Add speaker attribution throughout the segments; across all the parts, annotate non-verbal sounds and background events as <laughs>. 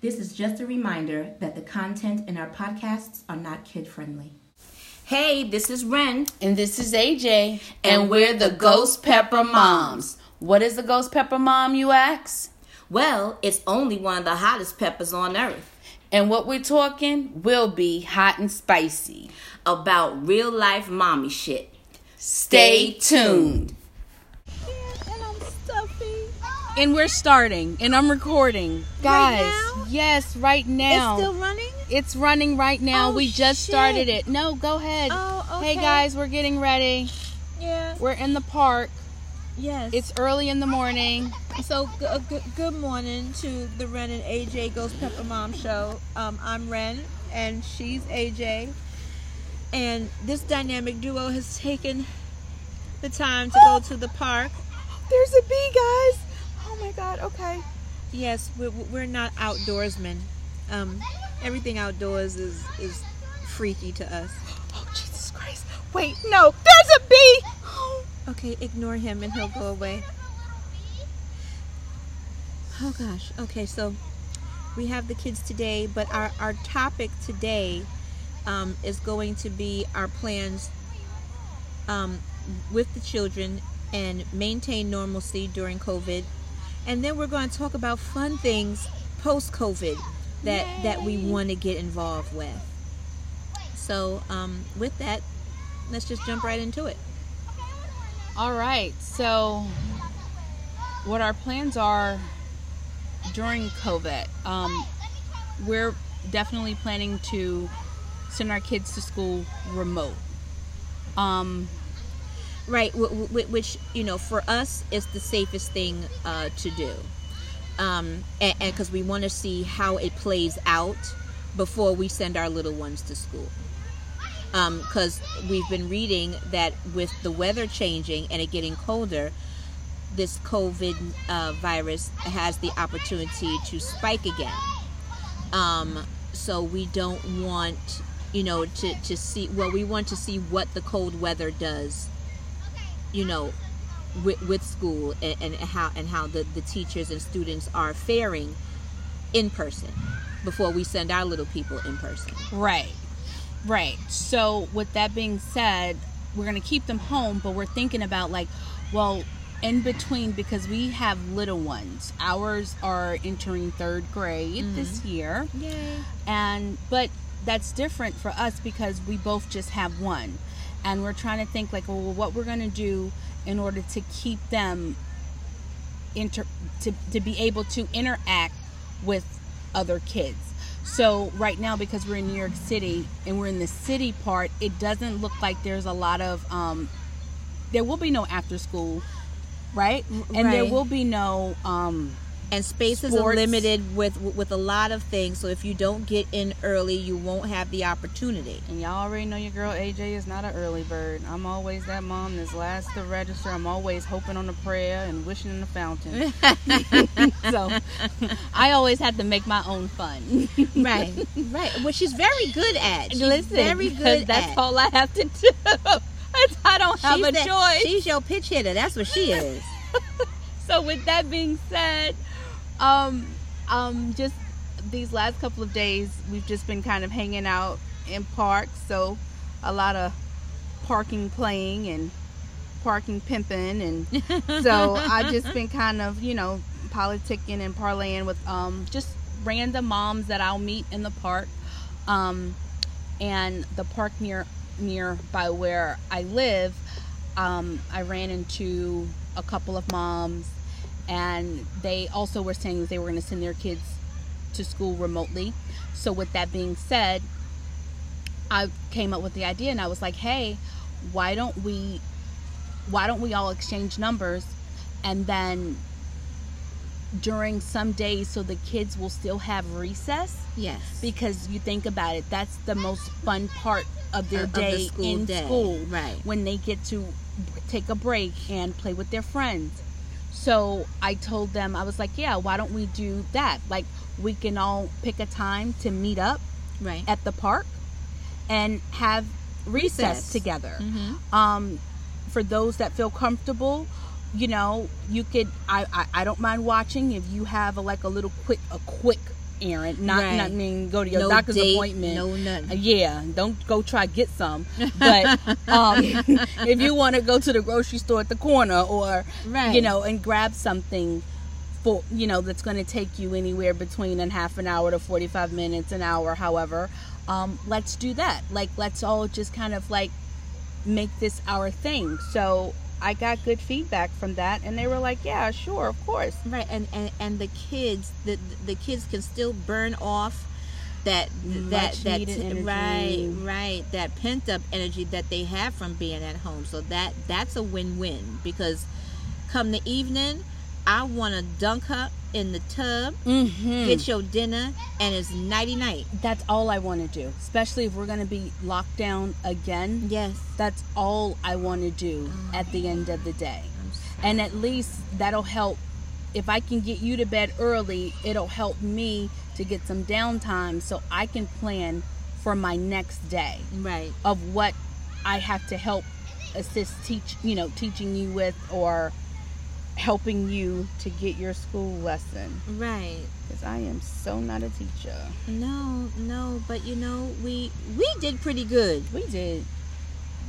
Speaker 1: This is just a reminder that the content in our podcasts are not kid friendly.
Speaker 2: Hey, this is Ren.
Speaker 3: And this is AJ. And, we're the Ghost Pepper Moms. What is the Ghost Pepper Mom, you ask?
Speaker 2: Well, it's only one of the hottest peppers on earth.
Speaker 3: And what we're talking will be hot and spicy.
Speaker 2: About real life mommy shit.
Speaker 3: Stay tuned.
Speaker 4: and we're starting and I'm recording.
Speaker 3: Guys,
Speaker 4: now?
Speaker 3: yes, right now.
Speaker 4: It's still running?
Speaker 3: It's running right now.
Speaker 4: Oh,
Speaker 3: we just
Speaker 4: shit.
Speaker 3: started it. No, go ahead.
Speaker 4: Oh,
Speaker 3: Hey
Speaker 4: okay.
Speaker 3: guys, we're getting ready.
Speaker 4: Yeah.
Speaker 3: We're in the park.
Speaker 4: Yes.
Speaker 3: It's early in the morning.
Speaker 4: so g- uh, g- good morning to the Ren and AJ Ghost Pepper Mom show. Um, I'm Ren and she's AJ. And this dynamic duo has taken the time to go to the park. There's a bee, guys. Oh my god. Okay. Yes, we're, we're not outdoorsmen. Um, everything outdoors is is freaky to us. <gasps> Oh Jesus Christ! Wait, no, there's a bee. <gasps> okay, ignore him and he'll go away. Oh gosh. Okay, so we have the kids today, but our our topic today um, is going to be our plans um, with the children and maintain normalcy during COVID. And then we're going to talk about fun things post COVID that that we want to get involved with. So um, with that, let's just jump right into it.
Speaker 3: All right. So, what our plans are during COVID, um, we're definitely planning to send our kids to school remote. Um,
Speaker 4: right wh- wh- wh- which you know for us is the safest thing uh, to do um, and because we want to see how it plays out before we send our little ones to school because we've been reading that with the weather changing and it getting colder this covid uh, virus has the opportunity to spike again um, so we don't want you know to, to see well we want to see what the cold weather does you know with, with school and, and how and how the, the teachers and students are faring in person before we send our little people in person
Speaker 3: Right. Right. So with that being said, we're gonna keep them home, but we're thinking about like, well, in between because we have little ones. Ours are entering third grade this year.
Speaker 4: yay
Speaker 3: And but that's different for us because we both just have one. And we're trying to think like, well, what we're gonna do in order to keep them inter to, to be able to interact with other kids. So right now, because we're in New York City and we're in the city part, it doesn't look like there's a lot of. Um, there will be no after school, right? And there
Speaker 4: right.
Speaker 3: will be no. Um,
Speaker 4: and spaces are
Speaker 3: Sports.
Speaker 4: limited with with a lot of things so if you don't get in early you won't have the opportunity
Speaker 5: And y'all already know your girl AJ is not an early bird. I'm always that mom that's last to register. I'm always hoping on a prayer and wishing in the
Speaker 3: <laughs>
Speaker 5: fountain. <laughs>
Speaker 3: so I always had to make my own fun.
Speaker 4: <laughs> right right well she's very good at she's
Speaker 3: Listen,
Speaker 4: very
Speaker 3: 'cause
Speaker 4: good
Speaker 3: That's
Speaker 4: at
Speaker 3: all I have to do. <laughs> That's- I don't have
Speaker 4: she's
Speaker 3: a
Speaker 4: that-
Speaker 3: choice.
Speaker 4: she's your pitch hitter that's what she is
Speaker 3: so with that being said um um just these last couple of days we've just been kind of hanging out in parks so a lot of parking playing and parking pimping and so i just been kind of you know politicking and parlaying with um just random moms that i'll meet in the park um and the park near near by where i live um, I ran into a couple of moms, and they also were saying that they were going to send their kids to school remotely. So, with that being said, I came up with the idea, and I was like, "Hey, why don't we, why don't we all exchange numbers, and then during some days, so the kids will still have recess."
Speaker 4: yes
Speaker 3: Because you think about it, that's the most fun part of their
Speaker 4: Of the
Speaker 3: day
Speaker 4: school
Speaker 3: in
Speaker 4: day,
Speaker 3: school
Speaker 4: right
Speaker 3: when they get to take a break and play with their friends. So I told them, I was like, yeah, why don't we do that? Like, we can all pick a time to meet up
Speaker 4: right
Speaker 3: at the park and have recess,
Speaker 4: Recess.
Speaker 3: together.
Speaker 4: mm-hmm.
Speaker 3: Um, for those that feel comfortable, you know, you could. I, I I don't mind watching if you have a, like a little quick a quick errand. Not,
Speaker 4: Right.
Speaker 3: not mean go to your
Speaker 4: no
Speaker 3: doctor's
Speaker 4: date,
Speaker 3: appointment.
Speaker 4: No nothing.
Speaker 3: Uh, Yeah, don't go try get some.
Speaker 4: <laughs>
Speaker 3: But um, <laughs> if you want to go to the grocery store at the corner or
Speaker 4: Right.
Speaker 3: you know and grab something for you know that's going to take you anywhere between an half an hour to 45 minutes, an hour, however, um, let's do that. Like let's all just kind of like make this our thing. So I got good feedback from that and they were like, "Yeah, sure, of course."
Speaker 4: Right, and, and and the kids, the the kids can still burn off that that
Speaker 3: Much
Speaker 4: that
Speaker 3: needed
Speaker 4: t-
Speaker 3: energy.
Speaker 4: right right that pent up energy that they have from being at home. So that that's a win win because come the evening, I want to dunk her in the tub,
Speaker 3: Mhm.
Speaker 4: get your dinner, and it's nighty night.
Speaker 3: That's all I want to do, especially if we're going to be locked down again.
Speaker 4: Yes,
Speaker 3: That's all I want to do at the end of the day. And at least that'll help. If I can get you to bed early, it'll help me to get some downtime so I can plan for my next day
Speaker 4: right.
Speaker 3: of what I have to help assist teach, you know, teaching you with or helping you to get your school lesson
Speaker 4: Right.
Speaker 3: because I am so not a teacher.
Speaker 4: No, no, but you know, we we did pretty good.
Speaker 3: We did.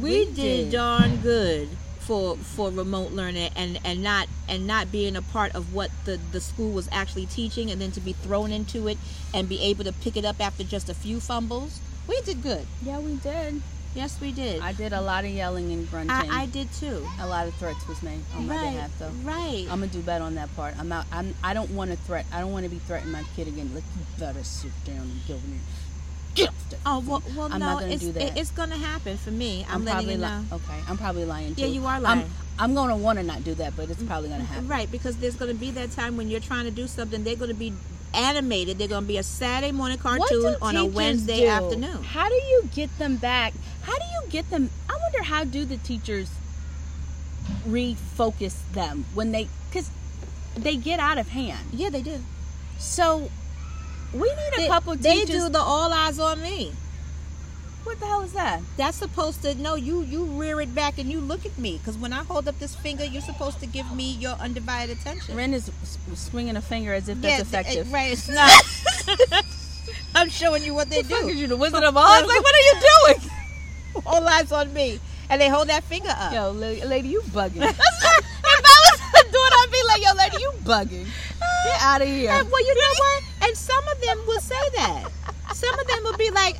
Speaker 4: we
Speaker 3: We
Speaker 4: did,
Speaker 3: did.
Speaker 4: darn good for for remote learning and and not and not being a part of what the the school was actually teaching and then to be thrown into it and be able to pick it up after just a few fumbles we did good
Speaker 3: Yeah, we did.
Speaker 4: yes we did
Speaker 3: I did a lot of yelling and grunting.
Speaker 4: i, I did too
Speaker 3: A lot of threats was made on my
Speaker 4: right
Speaker 3: behalf, though.
Speaker 4: right
Speaker 3: I'm gonna do better on that part. I'm not. I'm. I don't want to threat. I don't want to be threatening my kid again. Look, you better sit down and go in there. Get off the
Speaker 4: oh well,
Speaker 3: phone.
Speaker 4: well
Speaker 3: I'm
Speaker 4: no
Speaker 3: not gonna
Speaker 4: it's,
Speaker 3: do that.
Speaker 4: it- it's gonna happen for me i'm,
Speaker 3: I'm
Speaker 4: letting
Speaker 3: probably
Speaker 4: you know
Speaker 3: li- okay. I'm probably lying. Too.
Speaker 4: Yeah, you are
Speaker 3: I'm,
Speaker 4: lying. Mm-hmm.
Speaker 3: I'm gonna want to not do that, but it's probably gonna happen.
Speaker 4: Right, because there's going to be that time when you're trying to do something, they're going to be animated. They're going to be a Saturday morning
Speaker 3: What do
Speaker 4: cartoon on a
Speaker 3: teachers
Speaker 4: Wednesday
Speaker 3: do?
Speaker 4: afternoon.
Speaker 3: How do you get them back? How do you get them? I wonder how do the teachers refocus them when they because they get out of hand.
Speaker 4: Yeah, they do.
Speaker 3: So we need a
Speaker 4: They,
Speaker 3: couple
Speaker 4: they
Speaker 3: teachers.
Speaker 4: do the all eyes on me.
Speaker 3: what the hell is that?
Speaker 4: That's supposed to no. You you rear it back and you look at me because when I hold up this finger, you're supposed to give me your undivided attention.
Speaker 3: Ren is s- swinging a finger as if that's
Speaker 4: Yeah, th-
Speaker 3: effective.
Speaker 4: it- right, it's not. <laughs> I'm showing you what they
Speaker 3: Fuck is
Speaker 4: do.
Speaker 3: you the Wizard of Oz? Like, what are you
Speaker 4: <laughs>
Speaker 3: doing?
Speaker 4: All eyes on me, and they hold that finger up.
Speaker 3: Yo, la- lady, you
Speaker 4: <laughs>
Speaker 3: bugging. if I was <laughs> a daughter, I'd be like, yo, lady, you bugging. Get out of here.
Speaker 4: And, well, you know what? And some of them will say that. Some of them will be like,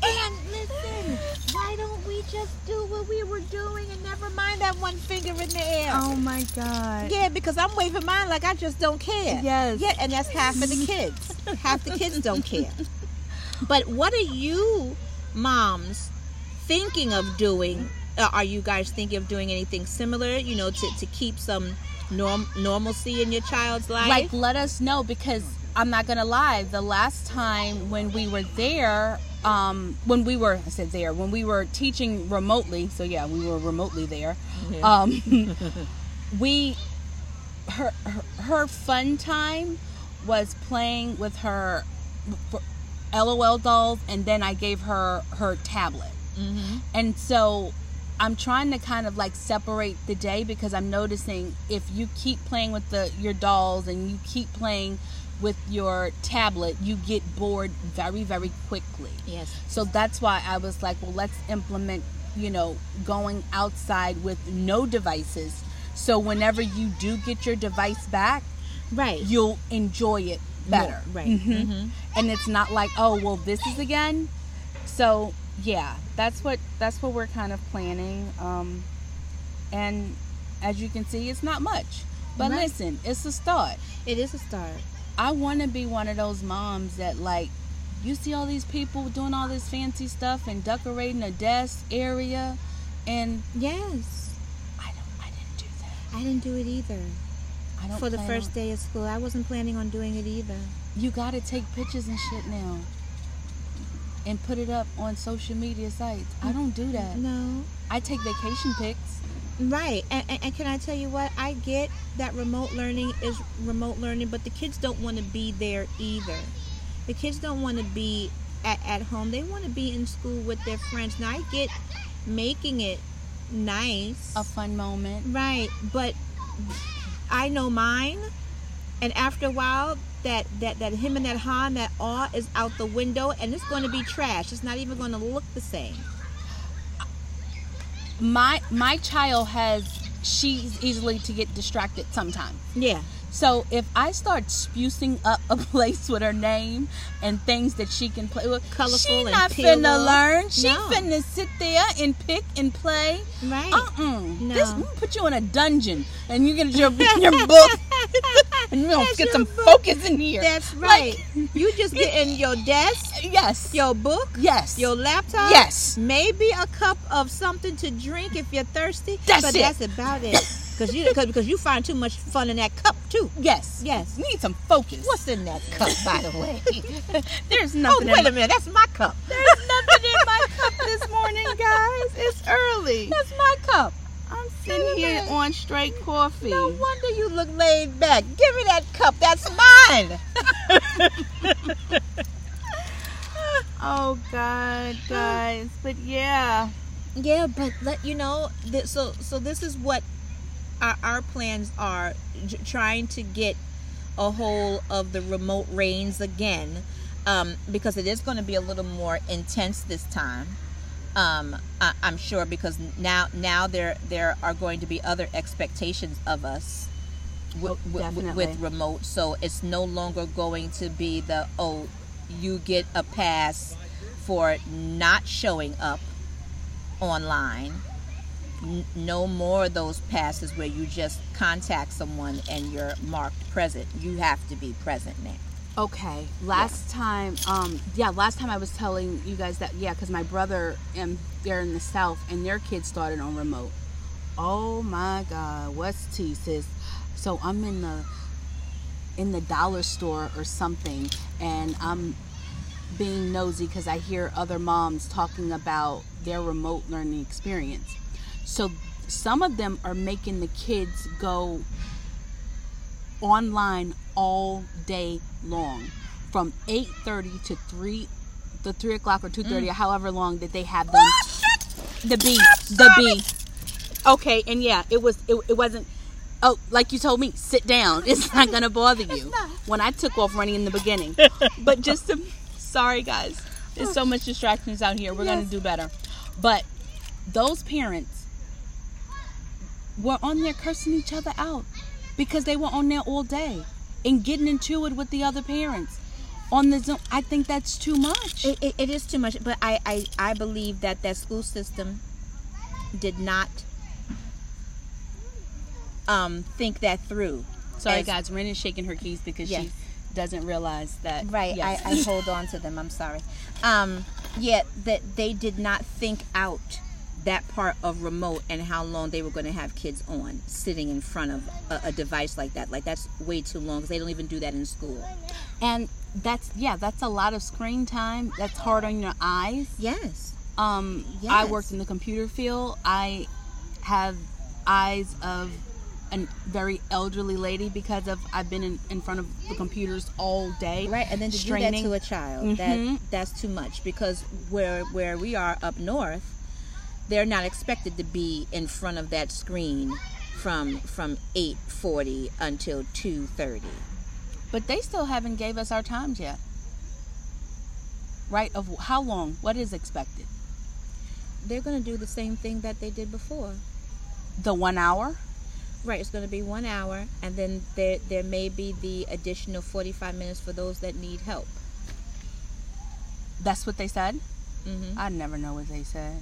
Speaker 4: and listen, why don't we just do what we were doing and never mind that one finger in the air?
Speaker 3: my god.
Speaker 4: Yeah, because I'm waving mine like I just don't care.
Speaker 3: Yes.
Speaker 4: Yeah, and that's half of the kids. half the kids don't <laughs> care. But what are you moms thinking of doing? Uh, are you guys thinking of doing anything similar, you know, to, to keep some norm- normalcy in your child's life?
Speaker 3: Like, let us know because I'm not gonna lie. The last time when we were there, um, when we were I said there when we were teaching remotely. So yeah, we were remotely there. Um, we her, her her fun time was playing with her for LOL dolls, and then I gave her her tablet.
Speaker 4: Mm-hmm.
Speaker 3: And so I'm trying to kind of like separate the day because I'm noticing if you keep playing with the your dolls and you keep playing with your tablet, you get bored very very quickly.
Speaker 4: yes.
Speaker 3: So that's why I was like, well, let's implement, you know, going outside with no devices. So whenever you do get your device back,
Speaker 4: Right.
Speaker 3: you'll enjoy it better.
Speaker 4: More, right. Mm-hmm.
Speaker 3: Mhm. And it's not like, oh, well, this is again. So yeah, that's what that's what we're kind of planning. Um, and as you can see, it's not much. But
Speaker 4: Right.
Speaker 3: listen, it's a start.
Speaker 4: It is a start.
Speaker 3: I want to be one of those moms that like you see all these people doing all this fancy stuff and decorating a desk area and
Speaker 4: Yes.
Speaker 3: I don't I didn't do that.
Speaker 4: I didn't do it either.
Speaker 3: I don't
Speaker 4: For the
Speaker 3: plan
Speaker 4: first
Speaker 3: on-
Speaker 4: day of school, I wasn't planning on doing it either.
Speaker 3: you got to take pictures and shit now and put it up on social media sites.
Speaker 4: Mm.
Speaker 3: I don't do that.
Speaker 4: No.
Speaker 3: I take vacation pics.
Speaker 4: Right. And, and, and can I tell you what? I get that remote learning is remote learning, but the kids don't want to be there either. The kids don't want to be at, at home. They want to be in school with their friends. Now, I get making it nice.
Speaker 3: A fun moment.
Speaker 4: Right, but I know mine. and after a while that that that him and that ha and that awe is out the window and it's going to be trash it's not even going to look the same
Speaker 3: my my child has she's easily to get distracted sometimes.
Speaker 4: <laughs> yeah
Speaker 3: So if I start spewing up a <laughs> place with her name and things that she can play with,
Speaker 4: Colorful
Speaker 3: she
Speaker 4: and
Speaker 3: not
Speaker 4: peel
Speaker 3: finna
Speaker 4: up.
Speaker 3: learn. She
Speaker 4: No.
Speaker 3: finna sit there and pick and play.
Speaker 4: right
Speaker 3: Uh-uh.
Speaker 4: No.
Speaker 3: This we put you in a dungeon and you get your <laughs> your
Speaker 4: <laughs>
Speaker 3: book and you don't
Speaker 4: That's
Speaker 3: get
Speaker 4: your
Speaker 3: some
Speaker 4: book.
Speaker 3: focus in here.
Speaker 4: that's right <laughs> you just getting your desk
Speaker 3: yes.
Speaker 4: your book
Speaker 3: yes.
Speaker 4: your laptop
Speaker 3: Yes.
Speaker 4: maybe a cup of something to drink if you're thirsty
Speaker 3: That's
Speaker 4: but
Speaker 3: it.
Speaker 4: that's about it because you cause, because you find too much fun in that cup too
Speaker 3: yes.
Speaker 4: yes
Speaker 3: You need some focus.
Speaker 4: what's in that cup by the
Speaker 6: <laughs>
Speaker 4: way
Speaker 3: There's
Speaker 4: oh
Speaker 3: nothing in
Speaker 4: <laughs> wait a minute <laughs> that's my cup
Speaker 6: There's nothing in my cup this <laughs> morning, guys. It's early.
Speaker 4: that's my cup
Speaker 6: I'm sitting here on straight coffee.
Speaker 4: No wonder you look laid back. Give me that cup. That's mine.
Speaker 6: Oh God,
Speaker 3: <gasps>
Speaker 6: guys. But yeah,
Speaker 4: Yeah, but let you know. Th- so, so this is what our, our plans are: j- trying to get a hold of the remote reins again, um, because it is going to be a little more intense this time. Um, I, I'm sure because now now there there are going to be other expectations of us. With, with,
Speaker 1: definitely.
Speaker 4: with remote, so it's no longer going to be the oh, you get a pass for not showing up online. N- No more of those passes where you just contact someone and you're marked present. You have to be present now.
Speaker 3: Okay. Last time, um, yeah, last time I was telling you guys that, yeah, because my brother and they're in the south and their kids started on remote. Oh my God, what's tea, sis? So I'm in the in the dollar store or something, and I'm being nosy because I hear other moms talking about their remote learning experience. So some of them are making the kids go online all day long from 8.30 to 3 the 3 o'clock or 2.30
Speaker 6: Mm.
Speaker 3: or however long that they have them the b the b okay and yeah it was it, it wasn't oh like you told me sit down it's not gonna bother you when i took off running in the <laughs> beginning but just to, sorry guys there's so much distractions out here we're gonna do better but those parents were on there cursing each other out because they were on there all day and getting into it with the other parents on the Zoom. I think that's too much.
Speaker 4: It, it, it is too much, but I, I, I believe that that school system did not um, think that through.
Speaker 3: Sorry,
Speaker 4: as-
Speaker 3: guys. Ren is shaking her keys because
Speaker 4: Yes.
Speaker 3: she doesn't realize that.
Speaker 4: Right,
Speaker 3: Yes. <laughs>
Speaker 4: I, I hold on to them. I'm sorry. Um, yeah, that they did not think out that part of remote and how long they were going to have kids on sitting in front of a, a device like that. Like that's way too long because they don't even do that in school.
Speaker 3: and that's yeah, that's a lot of screen time. That's hard on your eyes.
Speaker 4: Yes.
Speaker 3: Um, I
Speaker 4: Yes.
Speaker 3: worked in the computer field. I have eyes of a very elderly lady because of I've been in, in front of the computers all day.
Speaker 4: Right, and then to
Speaker 3: straining.
Speaker 4: do that to a child, that that's too much because where where we are up north, they're not expected to be in front of that screen from from 8:40 until 2:30.
Speaker 3: But they still haven't gave us our times yet. Right? Of how long? What is expected?
Speaker 4: they're going to do the same thing that they did before.
Speaker 3: The one hour?
Speaker 4: Right, it's going to be one hour, and then there there may be the additional forty five minutes for those that need help.
Speaker 3: That's what they said?
Speaker 4: hmm
Speaker 3: I never know what they said.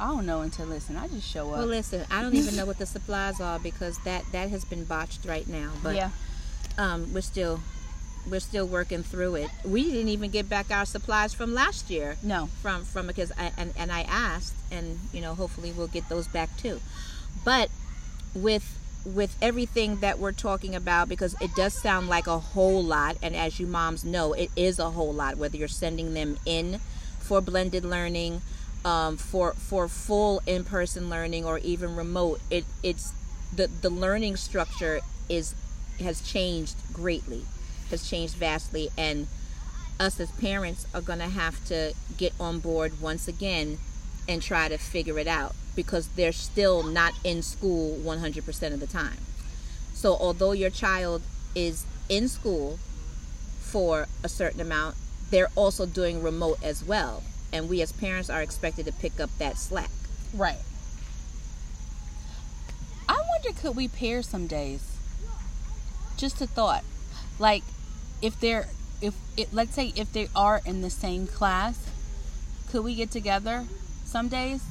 Speaker 3: I don't know until listen. I just show up.
Speaker 4: Well, listen, I <laughs> don't even know what the supplies are because that that has been botched right now. But
Speaker 3: yeah.
Speaker 4: um, we're still we're still working through it. We didn't even get back our supplies from last year.
Speaker 3: No.
Speaker 4: from from because I and, and I asked and you know hopefully we'll get those back too. But with with everything that we're talking about because it does sound like a whole lot and as you moms know it is a whole lot whether you're sending them in for blended learning um, for for full in-person learning or even remote it it's the the learning structure is has changed greatly has changed vastly and us as parents are going to have to get on board once again and try to figure it out because they're still not in school 100% of the time. So although your child is in school for a certain amount, they're also doing remote as well. And we as parents are expected to pick up that slack.
Speaker 3: Right. I wonder could we pair some days? Just a thought. Like if they're if it, let's say if they are in the same class, could we get together some days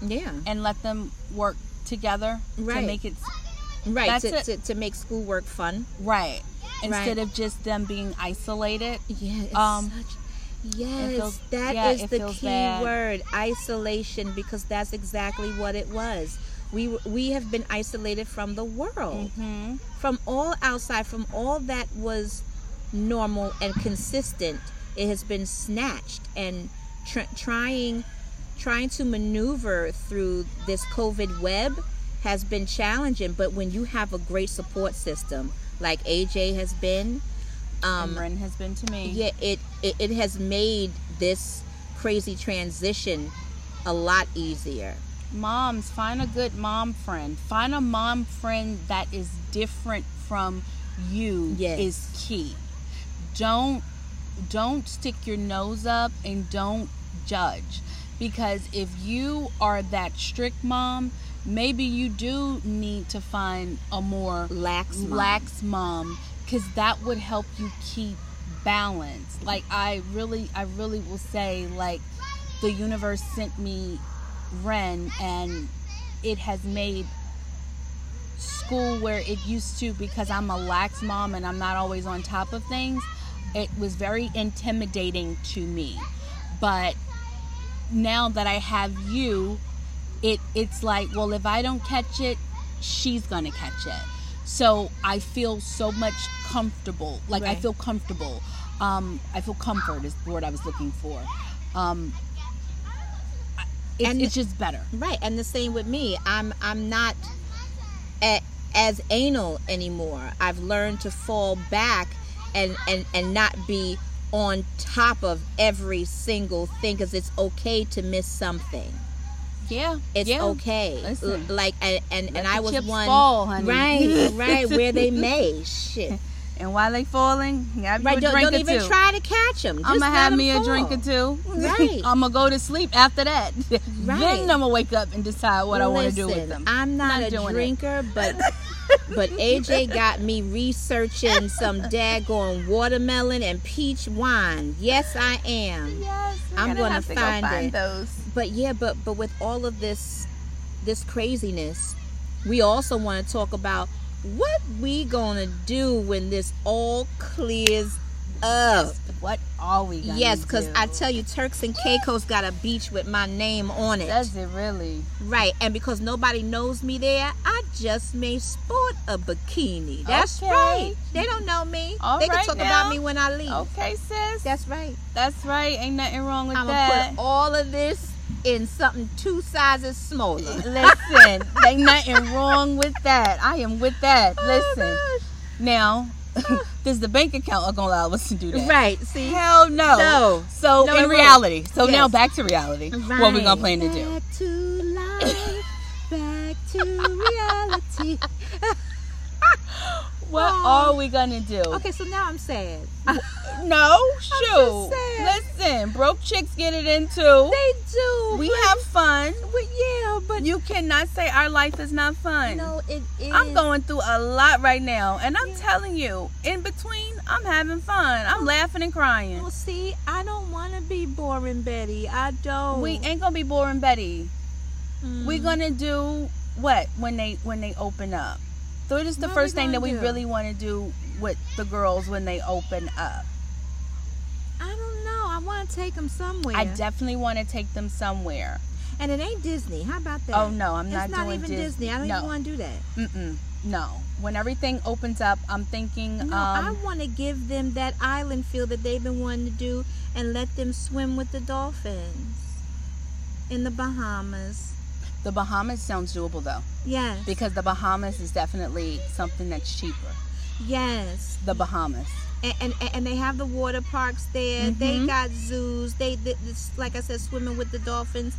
Speaker 4: Yeah.
Speaker 3: and let them work together
Speaker 4: Right.
Speaker 3: to make it s-
Speaker 4: Right.
Speaker 3: That's
Speaker 4: To,
Speaker 3: it.
Speaker 4: to, to make schoolwork fun.
Speaker 3: right instead
Speaker 4: Right.
Speaker 3: of just them being isolated?
Speaker 4: Yeah, it's
Speaker 3: Um,
Speaker 4: such. Yes,
Speaker 3: feels-
Speaker 4: that is
Speaker 3: yeah, it
Speaker 4: the
Speaker 3: feels
Speaker 4: key
Speaker 3: bad.
Speaker 4: word: isolation, because that's exactly what it was. We were- we have been isolated from the world,
Speaker 3: Mm-hmm.
Speaker 4: from all outside, from all that was normal and consistent. It has been snatched, and tr- trying trying to maneuver through this COVID web has been challenging. But when you have a great support system like AJ has been, um,
Speaker 3: Bryn has been to me.
Speaker 4: yeah it, it it has made this crazy transition a lot easier
Speaker 3: Moms, find a good mom friend. Find a mom friend that is different from you
Speaker 4: Yes.
Speaker 3: is key. Don't don't stick your nose up and don't judge because if you are that strict mom, maybe you do need to find a more
Speaker 4: lax mom.
Speaker 3: lax mom because that would help you keep balance like i really i really will say like the universe sent me ren and it has made school where it used to because i'm a lax mom and i'm not always on top of things it was very intimidating to me but now that i have you it it's like well if i don't catch it she's gonna catch it so i feel so much comfortable like i
Speaker 4: Right.
Speaker 3: feel comfortable um i feel comfort is the word i was looking for um I- it's,
Speaker 4: And-
Speaker 3: it's just better
Speaker 4: right and the same with me i'm i'm not a, as anal anymore i've learned to fall back and and and not be on top of every single thing because it's okay to miss something
Speaker 3: yeah
Speaker 4: it's
Speaker 3: yeah.
Speaker 4: okay
Speaker 3: Listen.
Speaker 4: L- like and and, and i
Speaker 3: the
Speaker 4: was
Speaker 3: chips
Speaker 4: one
Speaker 3: fall, honey.
Speaker 4: right right where
Speaker 3: <laughs>
Speaker 4: they may shit
Speaker 3: and while they falling yeah
Speaker 4: right
Speaker 3: you a
Speaker 4: don't,
Speaker 3: drink
Speaker 4: don't
Speaker 3: or
Speaker 4: even
Speaker 3: two.
Speaker 4: try to catch them
Speaker 3: I'm gonna have me a drink or two. <laughs>
Speaker 4: Right.
Speaker 3: I'm gonna go to sleep after that.
Speaker 4: Right.
Speaker 3: Then I'm gonna wake up and decide what I want to do with
Speaker 4: Listen,
Speaker 3: them.
Speaker 4: I'm not,
Speaker 3: Not
Speaker 4: a
Speaker 3: doing it.
Speaker 4: drinker, but but AJ got me researching some daggone watermelon and peach wine. Yes, I am.
Speaker 3: yes, we're
Speaker 4: I'm gonna
Speaker 3: have to go
Speaker 4: find it.
Speaker 3: those.
Speaker 4: But yeah, but but with all of this this craziness, we also want to talk about what we gonna do when this all clears up.
Speaker 3: What are we gonna
Speaker 4: Yes, because
Speaker 3: do?
Speaker 4: I tell you, Turks and Caicos got a beach with my name on it.
Speaker 3: Does it really?
Speaker 4: Right, and because nobody knows me there, I just may sport a bikini. That's
Speaker 3: Okay.
Speaker 4: right. They don't know me.
Speaker 3: All
Speaker 4: they can
Speaker 3: right
Speaker 4: talk
Speaker 3: now.
Speaker 4: about me when I leave.
Speaker 3: Okay, sis.
Speaker 4: That's right.
Speaker 3: That's right. Ain't nothing wrong with
Speaker 4: I'm
Speaker 3: that.
Speaker 4: gonna put all of this in something two
Speaker 3: <laughs>
Speaker 4: sizes
Speaker 3: <laughs>
Speaker 4: smaller.
Speaker 3: Listen, ain't nothing wrong with that. I am with that. Listen,
Speaker 4: Oh, <laughs>
Speaker 3: now, <laughs> does the bank account are gonna allow us to do
Speaker 4: gosh.
Speaker 3: that?
Speaker 4: Right. See.
Speaker 3: Hell no.
Speaker 4: No.
Speaker 3: So
Speaker 4: No,
Speaker 3: in
Speaker 4: it won't.
Speaker 3: reality, so now
Speaker 4: Yes.
Speaker 3: back to reality. What we gonna plan to do?
Speaker 4: Back to
Speaker 3: <coughs>
Speaker 4: life. back to
Speaker 3: <laughs>
Speaker 4: reality.
Speaker 3: What
Speaker 4: Aw.
Speaker 3: are we gonna do?
Speaker 4: Okay, so now I'm sad.
Speaker 3: No,
Speaker 4: just
Speaker 3: shoot.
Speaker 4: saying.
Speaker 3: Listen, broke chicks get it into.
Speaker 4: They do.
Speaker 3: We have fun.
Speaker 4: but yeah, but
Speaker 3: You cannot say our life is not fun.
Speaker 4: no, it is.
Speaker 3: I'm going through a lot right now, and I'm telling you, in between, I'm having fun. I'm
Speaker 4: Oh.
Speaker 3: laughing and crying.
Speaker 4: Well, see, I don't want to be boring, Betty. I don't.
Speaker 3: We ain't gonna be boring, Betty.
Speaker 4: Oh. Mm.
Speaker 3: We're gonna do what when they when they open up. So it is the
Speaker 4: What we
Speaker 3: first thing
Speaker 4: gonna
Speaker 3: that we
Speaker 4: do?
Speaker 3: really want to do with the girls when they open up.
Speaker 4: I don't know. I want to take them somewhere.
Speaker 3: I definitely want to take them somewhere.
Speaker 4: and it ain't Disney. How about that?
Speaker 3: Oh no, I'm
Speaker 4: it's
Speaker 3: not
Speaker 4: not,
Speaker 3: doing
Speaker 4: even Disney. I don't
Speaker 3: no.
Speaker 4: even want to do that.
Speaker 3: Mm-mm, no. When everything opens up, I'm thinking.
Speaker 4: No, I
Speaker 3: um,
Speaker 4: want to give them that island feel that they've been wanting to do, and let them swim with the dolphins in the Bahamas.
Speaker 3: the Bahamas sounds doable though,
Speaker 4: Yes.
Speaker 3: because the Bahamas is definitely something that's cheaper.
Speaker 4: yes.
Speaker 3: The Bahamas.
Speaker 4: and and, and they have the water parks there.
Speaker 3: Mm-hmm.
Speaker 4: They got zoos. They, th this, like I said, swimming with the dolphins.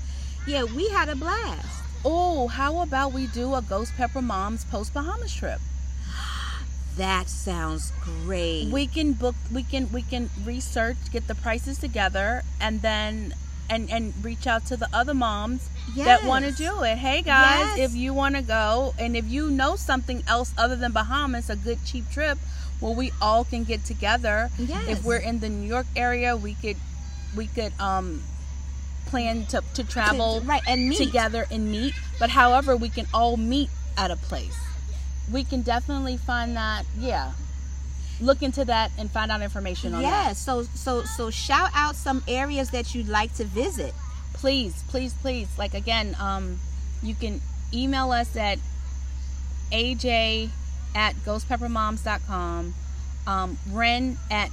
Speaker 4: Yeah, we had a blast.
Speaker 3: Oh, how about we do a Ghost Pepper Mom's post Bahamas trip?
Speaker 4: That sounds great.
Speaker 3: we can book we can we can research get the prices together and then and and reach out to the other moms that want to
Speaker 4: Yes.
Speaker 3: do it hey guys
Speaker 4: Yes.
Speaker 3: if you want to go and if you know something else other than bahamas a good cheap trip where we all can get together
Speaker 4: Yes.
Speaker 3: if we're in the new york area we could we could um plan to, to travel
Speaker 4: right and meet
Speaker 3: together and meet but however we can all meet at a place we can definitely find that yeah look into that and find out information on that
Speaker 4: Yes. So so so shout out some areas that you'd like to visit.
Speaker 3: please please please like again um you can email us at aj at ghostpeppermoms.com um ren at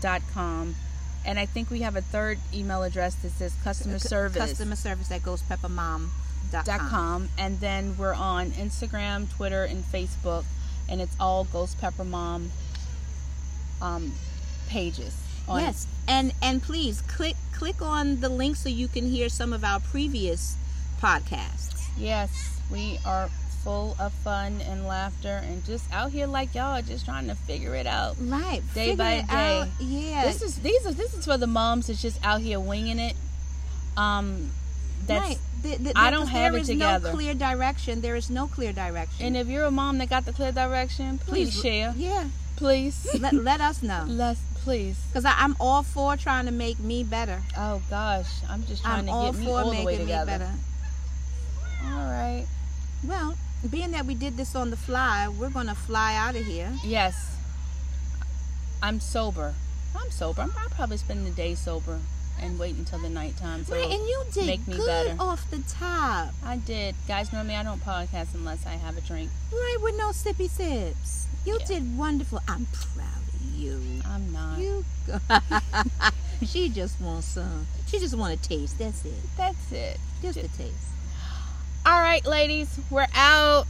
Speaker 3: ghostpeppermoms.com and i think we have a third email address that says customer service
Speaker 4: Customer service at
Speaker 3: dot
Speaker 4: ghostpeppermom.com.
Speaker 3: com and then we're on Instagram, Twitter, and Facebook, and it's all Ghost Pepper Mom um, pages. On,
Speaker 4: Yes. And and please click click on the link so you can hear some of our previous podcasts.
Speaker 3: yes, we are full of fun and laughter, and just out here like y'all, just trying to figure it out.
Speaker 4: Right.
Speaker 3: Day
Speaker 4: Figure
Speaker 3: by
Speaker 4: it
Speaker 3: day.
Speaker 4: out. Yeah.
Speaker 3: This is these are this is for the moms that's just out here winging it. Um, that's
Speaker 4: right. Th- th-
Speaker 3: I
Speaker 4: th-
Speaker 3: don't
Speaker 4: 'cause
Speaker 3: have
Speaker 4: there
Speaker 3: it
Speaker 4: is
Speaker 3: together.
Speaker 4: no clear direction. There is no clear direction.
Speaker 3: and if you're a mom that got the clear direction, please, share,
Speaker 4: Yeah.
Speaker 3: please.
Speaker 4: let, let us <laughs> know.
Speaker 3: Let's please.
Speaker 4: Because I'm all for trying to make me better.
Speaker 3: Oh gosh, I'm just trying
Speaker 4: I'm
Speaker 3: to
Speaker 4: all
Speaker 3: get me
Speaker 4: for
Speaker 3: all the way
Speaker 4: making me
Speaker 3: together.
Speaker 4: better.
Speaker 3: All right.
Speaker 4: Well, being that we did this on the fly, we're going to fly out of here.
Speaker 3: Yes. I'm sober. I'm sober. I'm, I'll probably spend the day sober and wait until the nighttime. So
Speaker 4: Right, and you did
Speaker 3: make me
Speaker 4: good
Speaker 3: better.
Speaker 4: off the top.
Speaker 3: I did. Guys, normally I don't podcast unless I have a drink.
Speaker 4: Right, with no sippy sips. You
Speaker 3: Yeah. Uh-huh.
Speaker 4: did wonderful. I'm proud of you.
Speaker 3: I'm not.
Speaker 4: You. Go- <laughs> she just wants some. She just want a taste. That's it.
Speaker 3: That's it.
Speaker 4: Just a taste.
Speaker 3: All right, ladies. We're out.